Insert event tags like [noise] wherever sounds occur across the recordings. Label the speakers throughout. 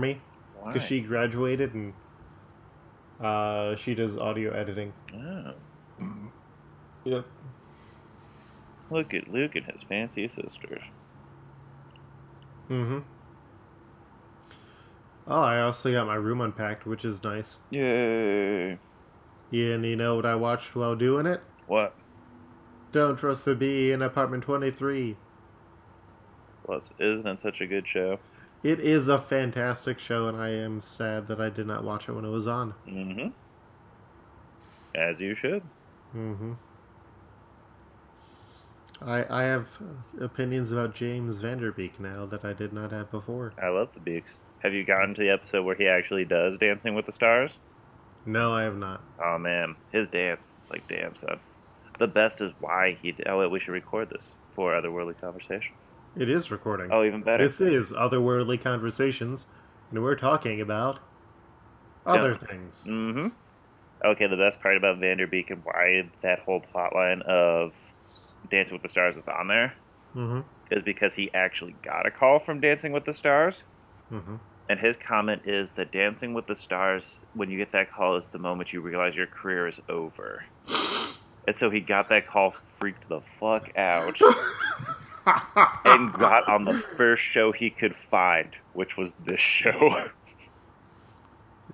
Speaker 1: me because she graduated and uh, she does audio editing.
Speaker 2: Oh,
Speaker 1: Yep.
Speaker 2: look at Luke and his fancy sisters.
Speaker 1: Mm-hmm. Oh, I also got my room unpacked, which is nice.
Speaker 2: Yay!
Speaker 1: Yeah, and you know what I watched while doing it?
Speaker 2: What?
Speaker 1: Don't trust the bee in apartment twenty-three.
Speaker 2: Well, it's- isn't it such a good show?
Speaker 1: It is a fantastic show, and I am sad that I did not watch it when it was on.
Speaker 2: Mm-hmm. As you should.
Speaker 1: Mm-hmm. I I have uh, opinions about James Vanderbeek now that I did not have before.
Speaker 2: I love the Beaks. Have you gotten to the episode where he actually does Dancing with the Stars?
Speaker 1: No, I have not.
Speaker 2: Oh man, his dance. It's like, damn, son. The best is why he. Oh wait, we should record this for Otherworldly Conversations.
Speaker 1: It is recording.
Speaker 2: Oh, even better.
Speaker 1: this is Otherworldly Conversations, and we're talking about other things.
Speaker 2: Mm-hmm. Okay, the best part about Vanderbeek and why that whole plotline of Dancing with the Stars is on there
Speaker 1: Mm-hmm.
Speaker 2: is because he actually got a call from Dancing with the Stars,
Speaker 1: Mm-hmm.
Speaker 2: and his comment is that Dancing with the Stars, when you get that call, is the moment you realize your career is over. And so he got that call, freaked the fuck
Speaker 1: [laughs]
Speaker 2: out. [laughs] and got on the first show he could find, which was this show.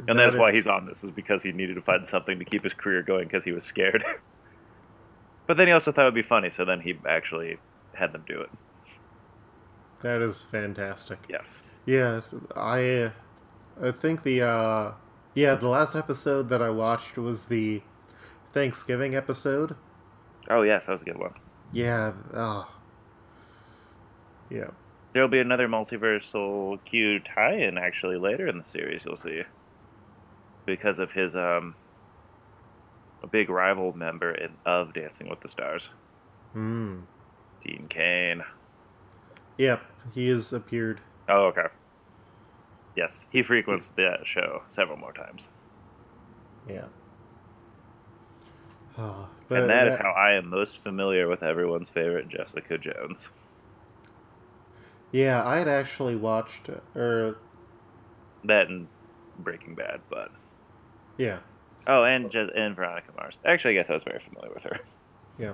Speaker 2: and that's why he's on this, is because he needed to find something to keep his career going because he was scared. [laughs] but then he also thought it would be funny, so then he actually had them do it.
Speaker 1: That is fantastic.
Speaker 2: Yes.
Speaker 1: Yeah, I uh, I think the uh yeah, the last episode that I watched was the Thanksgiving episode.
Speaker 2: Oh, yes, that was a good one.
Speaker 1: Yeah, oh. Yeah.
Speaker 2: There'll be another multiversal Q tie in actually later in the series, you'll see. Because of his um, a big rival member in, of Dancing with the Stars,
Speaker 1: Mm.
Speaker 2: Dean Kane.
Speaker 1: Yep, he has appeared.
Speaker 2: Oh, okay. Yes, he frequents the show several more times,
Speaker 1: Yeah. Oh,
Speaker 2: and that is how I am most familiar with everyone's favorite Jessica Jones.
Speaker 1: Yeah, I had actually watched er, or
Speaker 2: That and Breaking Bad, but
Speaker 1: yeah,
Speaker 2: oh, and Je- and Veronica Mars. Actually, I guess I was very familiar with her.
Speaker 1: yeah.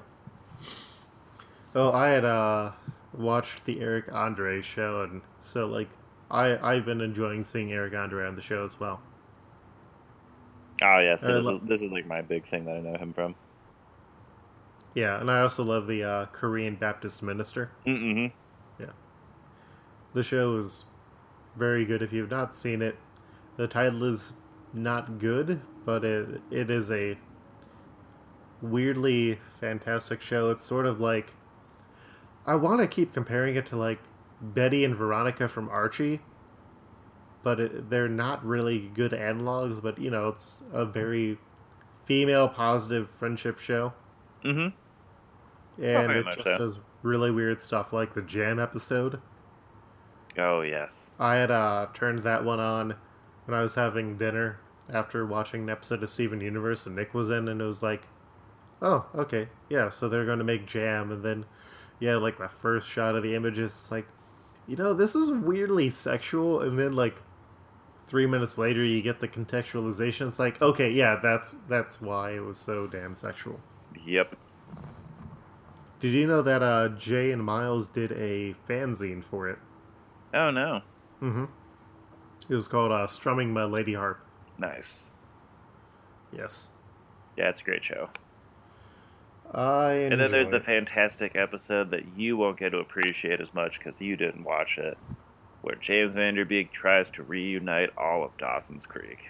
Speaker 1: Oh, I had uh watched the Eric Andre show and so like I I've been enjoying seeing Eric Andre on the show as well.
Speaker 2: Oh yeah, so
Speaker 1: I
Speaker 2: this
Speaker 1: lo-
Speaker 2: is this is like my big thing that I know him from.
Speaker 1: Yeah, and I also love the uh, Korean Baptist minister.
Speaker 2: Mm-mm.
Speaker 1: The show is very good if you've not seen it. The title is not good, but it it is a weirdly fantastic show. It's sort of like I want to keep comparing it to like Betty and Veronica from Archie, but it, they're not really good analogs. But you know, it's a very female positive friendship show.
Speaker 2: Mm-hmm.
Speaker 1: and
Speaker 2: Oh, very
Speaker 1: it
Speaker 2: much
Speaker 1: just
Speaker 2: so.
Speaker 1: does really weird stuff like the jam episode
Speaker 2: Oh yes.
Speaker 1: i had uh, turned that one on when i was having dinner after watching an episode of steven universe and nick was in and it was like oh okay yeah so they're going to make jam and then yeah like the first shot of the images it's like you know this is weirdly sexual and then like three minutes later you get the contextualization it's like okay yeah that's that's why it was so damn sexual
Speaker 2: Yep.
Speaker 1: Did you know that uh, Jay and Miles did a fanzine for it?
Speaker 2: Oh no.
Speaker 1: Mm-hmm. It was called uh, "Strumming My Lady Harp."
Speaker 2: Nice.
Speaker 1: Yes,
Speaker 2: Yeah, it's a great show.
Speaker 1: I.
Speaker 2: And then there's
Speaker 1: enjoy it.
Speaker 2: the fantastic episode that you won't get to appreciate as much because you didn't watch it, where James Vanderbeek tries to reunite all of Dawson's Creek.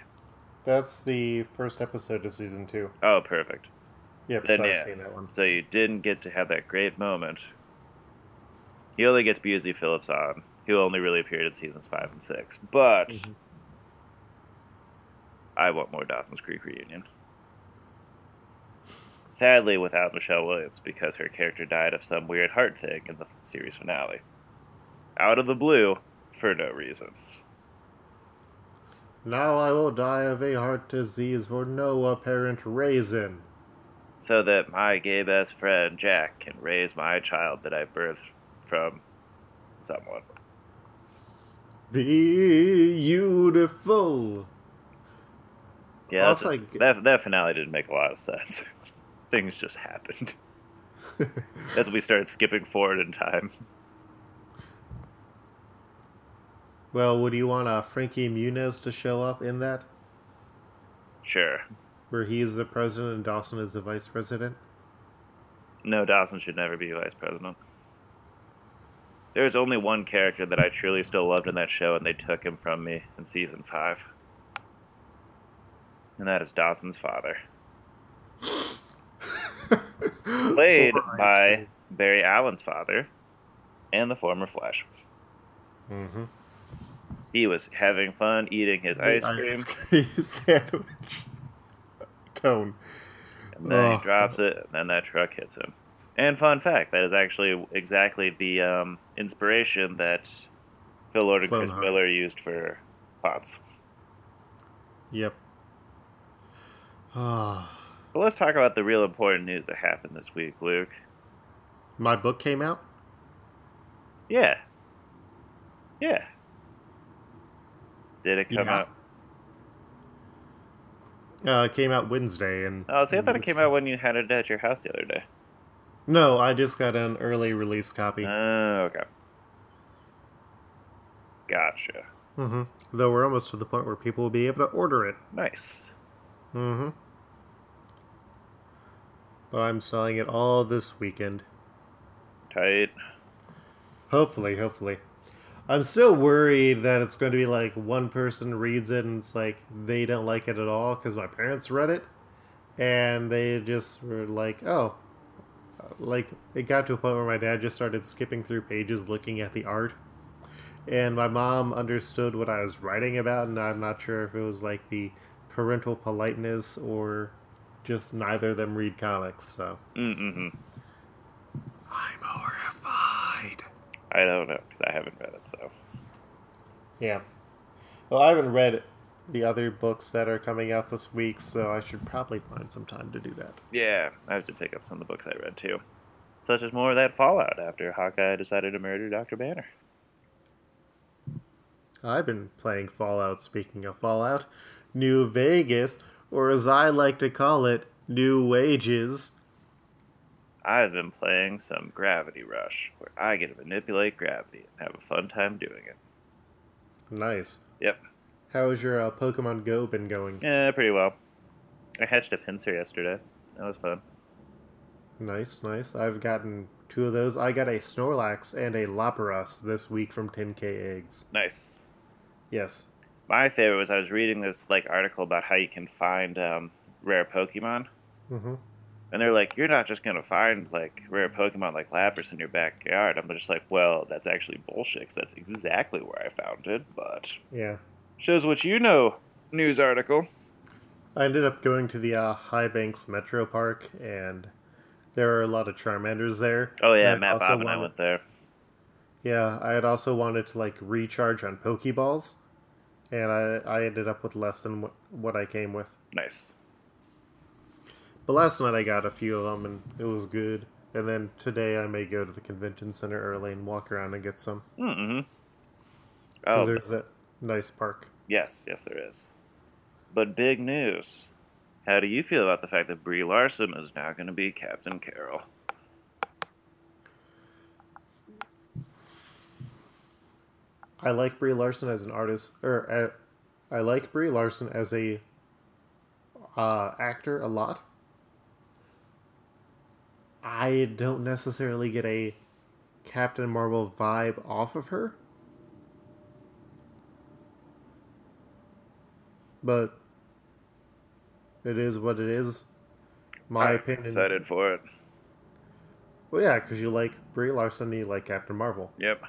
Speaker 1: That's the first episode of season two.
Speaker 2: Oh, perfect.
Speaker 1: Yep,
Speaker 2: Then,
Speaker 1: so
Speaker 2: yeah.
Speaker 1: I've seen that one.
Speaker 2: So you didn't get to have that great moment. He only gets Busey Phillips on, who only really appeared in seasons five and six. But
Speaker 1: Mhm.
Speaker 2: I want more Dawson's Creek reunion. Sadly, without Michelle Williams, because her character died of some weird heart thing in the series finale. Out of the blue, for no reason.
Speaker 1: Now I will die of a heart disease for no apparent reason.
Speaker 2: So that my gay best friend, Jack, can raise my child that I birthed from someone.
Speaker 1: Beautiful.
Speaker 2: Yeah, that's
Speaker 1: Also,
Speaker 2: just-
Speaker 1: I g-
Speaker 2: that that finale didn't make a lot of sense. [laughs] Things just
Speaker 1: [laughs]
Speaker 2: happened as we started skipping forward in time.
Speaker 1: well, would you want uh, Frankie Muniz to show up in that,
Speaker 2: Sure,
Speaker 1: where he is the president and Dawson is the vice president? [laughs]
Speaker 2: no, Dawson should never be vice president. There's only one character that I truly still loved in that show, and they took him from me in season five, and that is Dawson's father, played
Speaker 1: Poor
Speaker 2: by
Speaker 1: Ice
Speaker 2: Barry Allen's father, and the former Flash.
Speaker 1: Cream. Mhm.
Speaker 2: He was having fun eating his ice
Speaker 1: The
Speaker 2: cream.
Speaker 1: cream [laughs] sandwich cone.
Speaker 2: and then
Speaker 1: Ugh.
Speaker 2: he drops it, and then that truck hits him. And fun fact, that is actually exactly the um, inspiration that Phil Lord and
Speaker 1: Clone
Speaker 2: Chris
Speaker 1: High.
Speaker 2: Miller used for Pots.
Speaker 1: Yep. Ah,
Speaker 2: But let's talk about the real important news that happened this week, Luke.
Speaker 1: my book came out.
Speaker 2: Yeah. Yeah. Did it come
Speaker 1: Yeah.
Speaker 2: out?
Speaker 1: Uh, it came out Wednesday, and
Speaker 2: Oh, see, I thought it
Speaker 1: Mm-hmm.
Speaker 2: came out when you had it at your house the other day.
Speaker 1: No, I just got an early release copy.
Speaker 2: Oh, okay. Gotcha.
Speaker 1: hmm Though we're almost to the point where people will be able to order it.
Speaker 2: Nice.
Speaker 1: Mm-hmm. But I'm selling it all this weekend.
Speaker 2: Tight.
Speaker 1: Hopefully, hopefully. I'm still worried that it's going to be like one person reads it and it's like they don't like it at all because my parents read it and they just were like, oh. Like, it got to a point where my dad just started skipping through pages looking at the art. And my mom understood what I was writing about, and I'm not sure if it was like the parental politeness or just neither of them read comics, so.
Speaker 2: Mm-mm-mm.
Speaker 1: I'm horrified.
Speaker 2: I don't know, because I haven't read it, so.
Speaker 1: Yeah. Well, I haven't read the other books that are coming out this week, so I should probably find some time to do that.
Speaker 2: Yeah, I have to pick up some of the books I read too. Such as more of that fallout after Hawkeye decided to murder Dr. Banner.
Speaker 1: I've been playing Fallout, speaking of Fallout. New Vegas, or as I like to call it, New Wages.
Speaker 2: I've been playing some Gravity Rush, where I get to manipulate gravity and have a fun time doing it.
Speaker 1: Nice.
Speaker 2: Yep.
Speaker 1: How has your uh, Pokemon Go been going?
Speaker 2: Yeah, pretty well. I hatched a pincer yesterday. That was fun.
Speaker 1: Nice, nice. I've gotten two of those. I got a Snorlax and a Lapras this week from 10k Eggs.
Speaker 2: Nice.
Speaker 1: Yes.
Speaker 2: My favorite was I was reading this like article about how you can find um, rare Pokemon,
Speaker 1: Mm-hmm.
Speaker 2: and they're like, "You're not just gonna find like rare Pokemon like Lapras in your backyard." I'm just like, "Well, that's actually bullshit. 'cause that's exactly where I found it." But
Speaker 1: Yeah.
Speaker 2: Shows what you know. News article.
Speaker 1: I ended up going to the uh, High Banks Metro Park, and there are a lot of Charmanders there.
Speaker 2: Oh yeah,
Speaker 1: I'd
Speaker 2: Matt
Speaker 1: also
Speaker 2: Bob and I
Speaker 1: wanted-
Speaker 2: went there.
Speaker 1: Yeah, I had also wanted to like recharge on Pokeballs, and I I ended up with less than what, what I came with.
Speaker 2: Nice.
Speaker 1: But last night I got a few of them, and it was good. And then today I may go to the convention center early and walk around and get some
Speaker 2: Mm-hmm.
Speaker 1: 'cause
Speaker 2: Oh
Speaker 1: there's a nice park.
Speaker 2: yes, yes there is. But big news. How do you feel about the fact that Brie Larson is now going to be Captain Carol?
Speaker 1: I like Brie Larson as an artist, or uh, I, I like Brie Larson as a uh, actor a lot. I don't necessarily get a Captain Marvel vibe off of her, but it is what it is. My
Speaker 2: I'm
Speaker 1: opinion.
Speaker 2: Excited for it.
Speaker 1: Well, yeah, because you like Brie Larson, and you like Captain Marvel.
Speaker 2: Yep.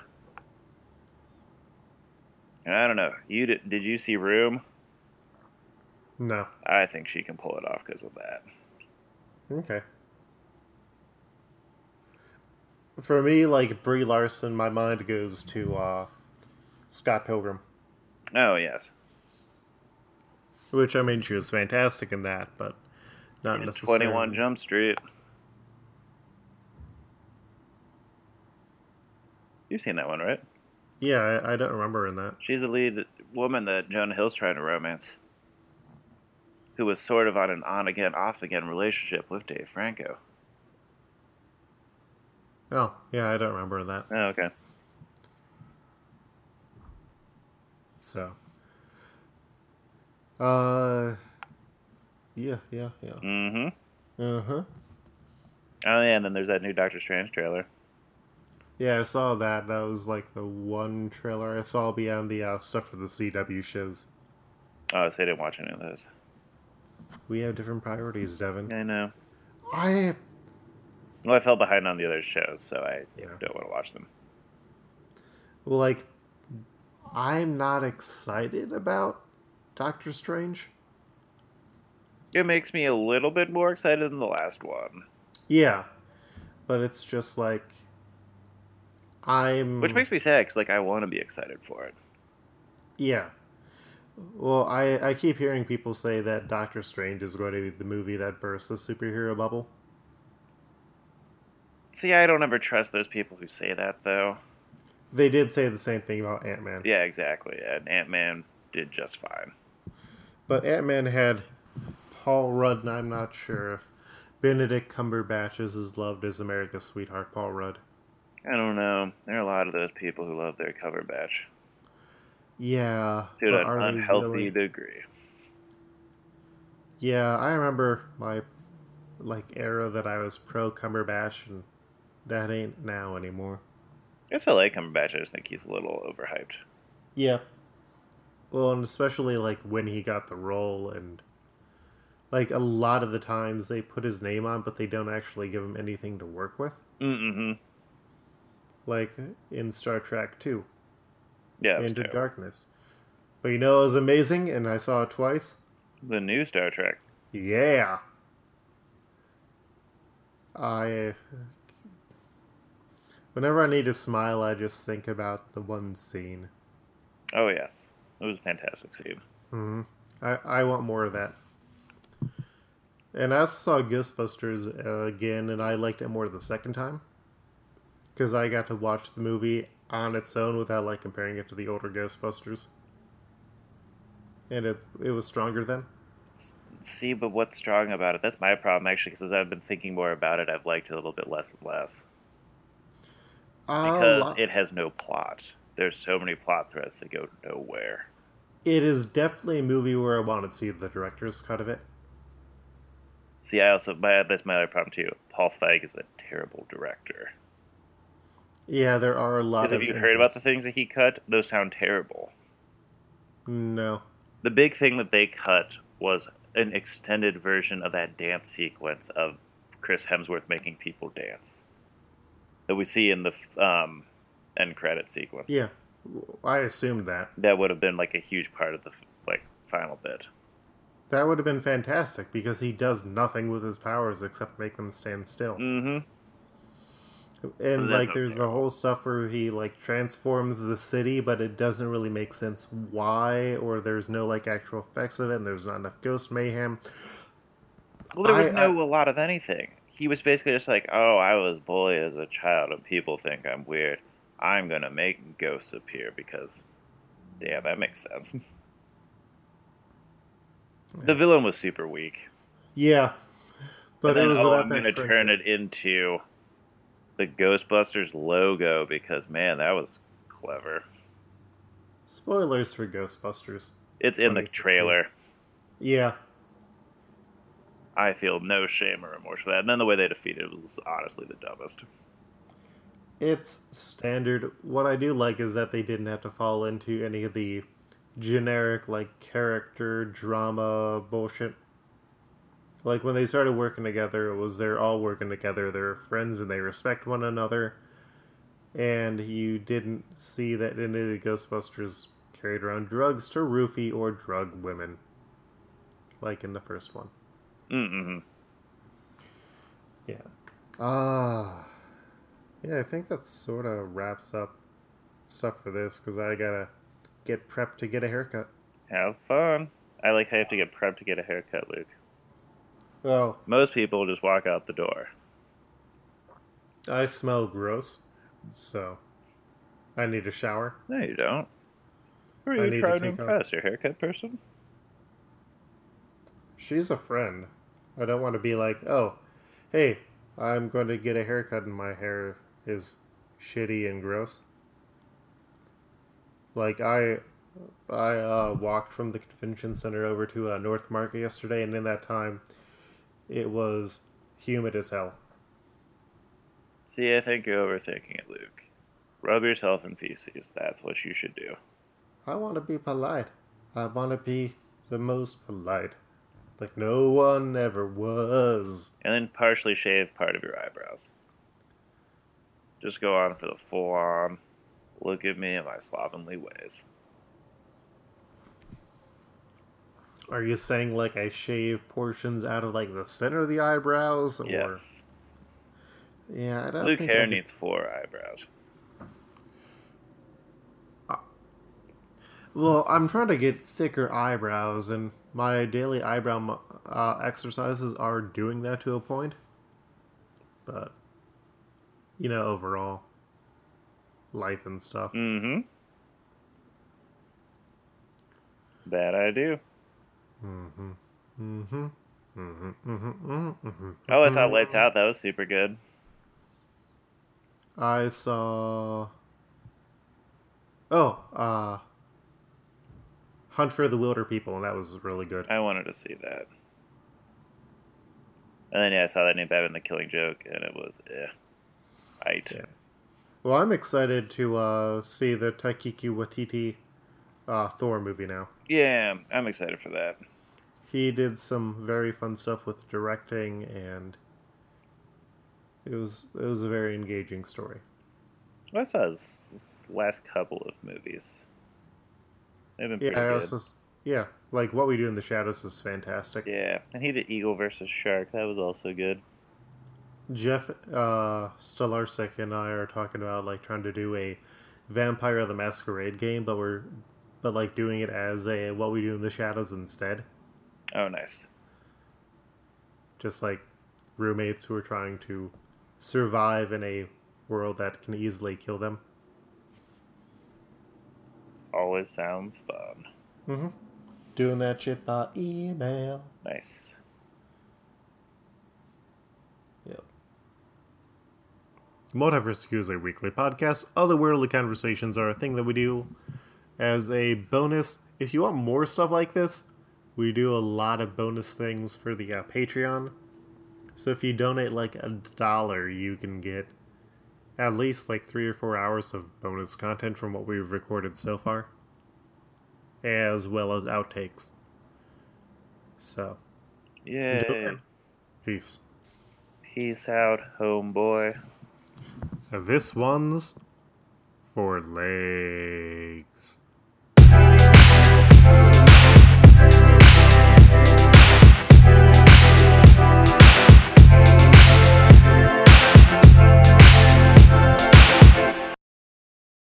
Speaker 2: And I don't know. You did? Did you see Room?
Speaker 1: No,
Speaker 2: I think she can pull it off because of that.
Speaker 1: Okay. For me, like Brie Larson, my mind goes to uh, Scott Pilgrim,
Speaker 2: Oh yes.
Speaker 1: which I mean she was fantastic in that, but not
Speaker 2: In
Speaker 1: necessarily.
Speaker 2: 21 Jump Street. You've seen that one, right?
Speaker 1: Yeah, I, I don't remember her in that.
Speaker 2: She's the lead woman that Jonah Hill's trying to romance, who was sort of on an on again, off again relationship with Dave Franco.
Speaker 1: Oh, yeah, I don't remember that.
Speaker 2: Oh, okay.
Speaker 1: So, uh, yeah, yeah, yeah.
Speaker 2: Mm hmm.
Speaker 1: Uh huh.
Speaker 2: Oh, yeah, and then there's that new Doctor Strange trailer.
Speaker 1: Yeah, I saw that. That was like the one trailer I saw beyond the uh, stuff for the CW shows.
Speaker 2: Oh, so I didn't watch any of those.
Speaker 1: We have different priorities, Devin.
Speaker 2: I know.
Speaker 1: I
Speaker 2: Well, I fell behind on the other shows, so I
Speaker 1: Yeah.
Speaker 2: don't want to watch them.
Speaker 1: like. I'm not excited about Doctor Strange.
Speaker 2: It makes me a little bit more excited than the last one,
Speaker 1: Yeah, but it's just like I'm.
Speaker 2: which makes me sad because like I want to be excited for it.
Speaker 1: Yeah. Well, I I keep hearing people say that Doctor Strange is going to be the movie that bursts the superhero bubble.
Speaker 2: See, I don't ever trust those people who say that though.
Speaker 1: They did say the same thing about Ant Man.
Speaker 2: Yeah, exactly. And Ant Man did just fine.
Speaker 1: But Ant Man had Paul Rudd, and I'm not sure if Benedict Cumberbatch is as loved as America's sweetheart, Paul Rudd.
Speaker 2: I don't know. There are a lot of those people who love their cover batch
Speaker 1: Yeah.
Speaker 2: to
Speaker 1: but
Speaker 2: an
Speaker 1: are they
Speaker 2: unhealthy
Speaker 1: really-
Speaker 2: degree.
Speaker 1: Yeah, I remember my like era that I was pro Cumberbatch, and that ain't now anymore.
Speaker 2: I still like Cumberbatch. I just think he's a little overhyped.
Speaker 1: Yeah. Well, and especially like when he got the role, and like a lot of the times they put his name on, but they don't actually give him anything to work with.
Speaker 2: Mm-hmm.
Speaker 1: Like in Star Trek 2,
Speaker 2: Yeah, it was
Speaker 1: Into
Speaker 2: terrible.
Speaker 1: Darkness. But you know, it was amazing, and I saw it twice.
Speaker 2: the new Star Trek.
Speaker 1: Yeah. I. Whenever I need to smile, I just think about the one scene.
Speaker 2: Oh yes, it was a fantastic scene.
Speaker 1: hmm I, I want more of that. And I also saw Ghostbusters uh, again, and I liked it more the second time. Because I got to watch the movie on its own without like comparing it to the older Ghostbusters. And it, it was stronger then.
Speaker 2: See, but what's strong about it? That's my problem, actually, because as I've been thinking more about it, I've liked it a little bit less and less.
Speaker 1: Uh,
Speaker 2: Because
Speaker 1: lo-
Speaker 2: it has no plot. There's so many plot threads that go nowhere.
Speaker 1: it is definitely a movie where I want to see the director's cut of it.
Speaker 2: See, I also, my, that's my other problem, too. Paul Feig is a terrible director.
Speaker 1: Yeah, there are a lot
Speaker 2: Because
Speaker 1: of.
Speaker 2: have you heard about the things that he cut? Those sound terrible.
Speaker 1: No.
Speaker 2: The big thing that they cut was an extended version of that dance sequence of Chris Hemsworth making people dance that we see in the f- um, end credit sequence.
Speaker 1: Yeah. W- I assumed that.
Speaker 2: that would have been like a huge part of the f- like final bit.
Speaker 1: That would have been fantastic because he does nothing with his powers except make them stand still.
Speaker 2: Mm-hmm.
Speaker 1: And
Speaker 2: That
Speaker 1: like
Speaker 2: sounds
Speaker 1: there's the
Speaker 2: terrible.
Speaker 1: whole stuff where he like transforms the city, but it doesn't really make sense why, or there's no like actual effects of it, and there's not enough ghost mayhem.
Speaker 2: Well, there was
Speaker 1: I-
Speaker 2: no a lot of anything. He was basically just like, "Oh, I was bullied as a child, and people think I'm weird. I'm gonna make ghosts appear because, yeah, that makes sense." [laughs] The villain was super weak,
Speaker 1: Yeah. But
Speaker 2: And
Speaker 1: it
Speaker 2: then,
Speaker 1: was
Speaker 2: oh,
Speaker 1: about
Speaker 2: I'm
Speaker 1: that
Speaker 2: gonna turn it into the Ghostbusters logo because man, that was clever.
Speaker 1: Spoilers for Ghostbusters.
Speaker 2: It's in the
Speaker 1: 2016.
Speaker 2: trailer.
Speaker 1: Yeah.
Speaker 2: I feel no shame or remorse for that. And then the way they defeated it was honestly the dumbest.
Speaker 1: It's standard. What I do like is that they didn't have to fall into any of the generic, like, character drama bullshit. Like, when they started working together, it was they're all working together, they're friends, and they respect one another. And you didn't see that any of the Ghostbusters carried around drugs to roofie or drug women, like in the first one.
Speaker 2: Mm-mm.
Speaker 1: Yeah. Ah. yeah, I think that sort of wraps up stuff for this because I gotta get prepped to get a haircut.
Speaker 2: Have fun. I like how you have to get prepped to get a haircut, Luke.
Speaker 1: Oh,
Speaker 2: Most people just walk out the door.
Speaker 1: I smell gross, so I need a shower.
Speaker 2: No, you don't. Who
Speaker 1: I
Speaker 2: are
Speaker 1: need
Speaker 2: you
Speaker 1: to
Speaker 2: trying to
Speaker 1: take off-
Speaker 2: impress? Your haircut person?
Speaker 1: She's a friend. I don't want to be like, oh, hey, I'm going to get a haircut and my hair is shitty and gross. Like I, I uh, walked from the convention center over to uh, North Market yesterday, and in that time, it was humid as hell.
Speaker 2: See, I think you're overthinking it, Luke. Rub yourself in feces. That's what you should do.
Speaker 1: I want to be polite. I want to be the most polite, like no one ever was.
Speaker 2: And then partially shave part of your eyebrows. Just go on for the full on. Look at me in my slovenly ways.
Speaker 1: Are you saying like I shave portions out of like the center of the eyebrows? Or...
Speaker 2: Yes.
Speaker 1: Yeah, I don't
Speaker 2: Luke
Speaker 1: think I
Speaker 2: Hare
Speaker 1: could-
Speaker 2: needs four eyebrows.
Speaker 1: Well, I'm trying to get thicker eyebrows, and my daily eyebrow mo- uh, exercises are doing that to a point. But you know, overall, life and stuff.
Speaker 2: Mm hmm. That I do.
Speaker 1: Mm-hmm. Mm-hmm. Mm-hmm. Mm-hmm. Mm-hmm.
Speaker 2: Oh, I saw Lights Out. That was super good.
Speaker 1: I saw. Oh, uh. Hunt for the Wilder People, and that was really good.
Speaker 2: I wanted to see that. And then, yeah, I saw that new Batman The Killing Joke, and it was, eh. Right.
Speaker 1: Yeah. Well, I'm excited to uh, see the Taikiki Watiti uh, Thor movie now.
Speaker 2: Yeah, I'm excited for that.
Speaker 1: He did some very fun stuff with directing, and it was it was a very engaging story.
Speaker 2: I saw his his last couple of movies. They've been pretty
Speaker 1: Yeah, I
Speaker 2: good.
Speaker 1: also, yeah, like what we do in the shadows is fantastic.
Speaker 2: Yeah, and he did Eagle versus Shark. That was also good.
Speaker 1: Jeff uh, Stolarsik and I are talking about like trying to do a Vampire the Masquerade game, but we're but like doing it as a what we do in the shadows instead.
Speaker 2: Oh, nice.
Speaker 1: Just like roommates who are trying to survive in a world that can easily kill them.
Speaker 2: Always sounds fun.
Speaker 1: Mm-hmm. Doing that shit by email.
Speaker 2: Nice.
Speaker 1: Yep. Multiverse Q is a weekly podcast. Otherworldly conversations are a thing that we do as a bonus. If you want more stuff like this, we do a lot of bonus things for the uh, Patreon. So if you donate like a dollar, you can get at least like three or four hours of bonus content from what we've recorded so far, as well as outtakes. So, until
Speaker 2: Yay.
Speaker 1: then, peace.
Speaker 2: Peace out, homeboy.
Speaker 1: This one's for legs.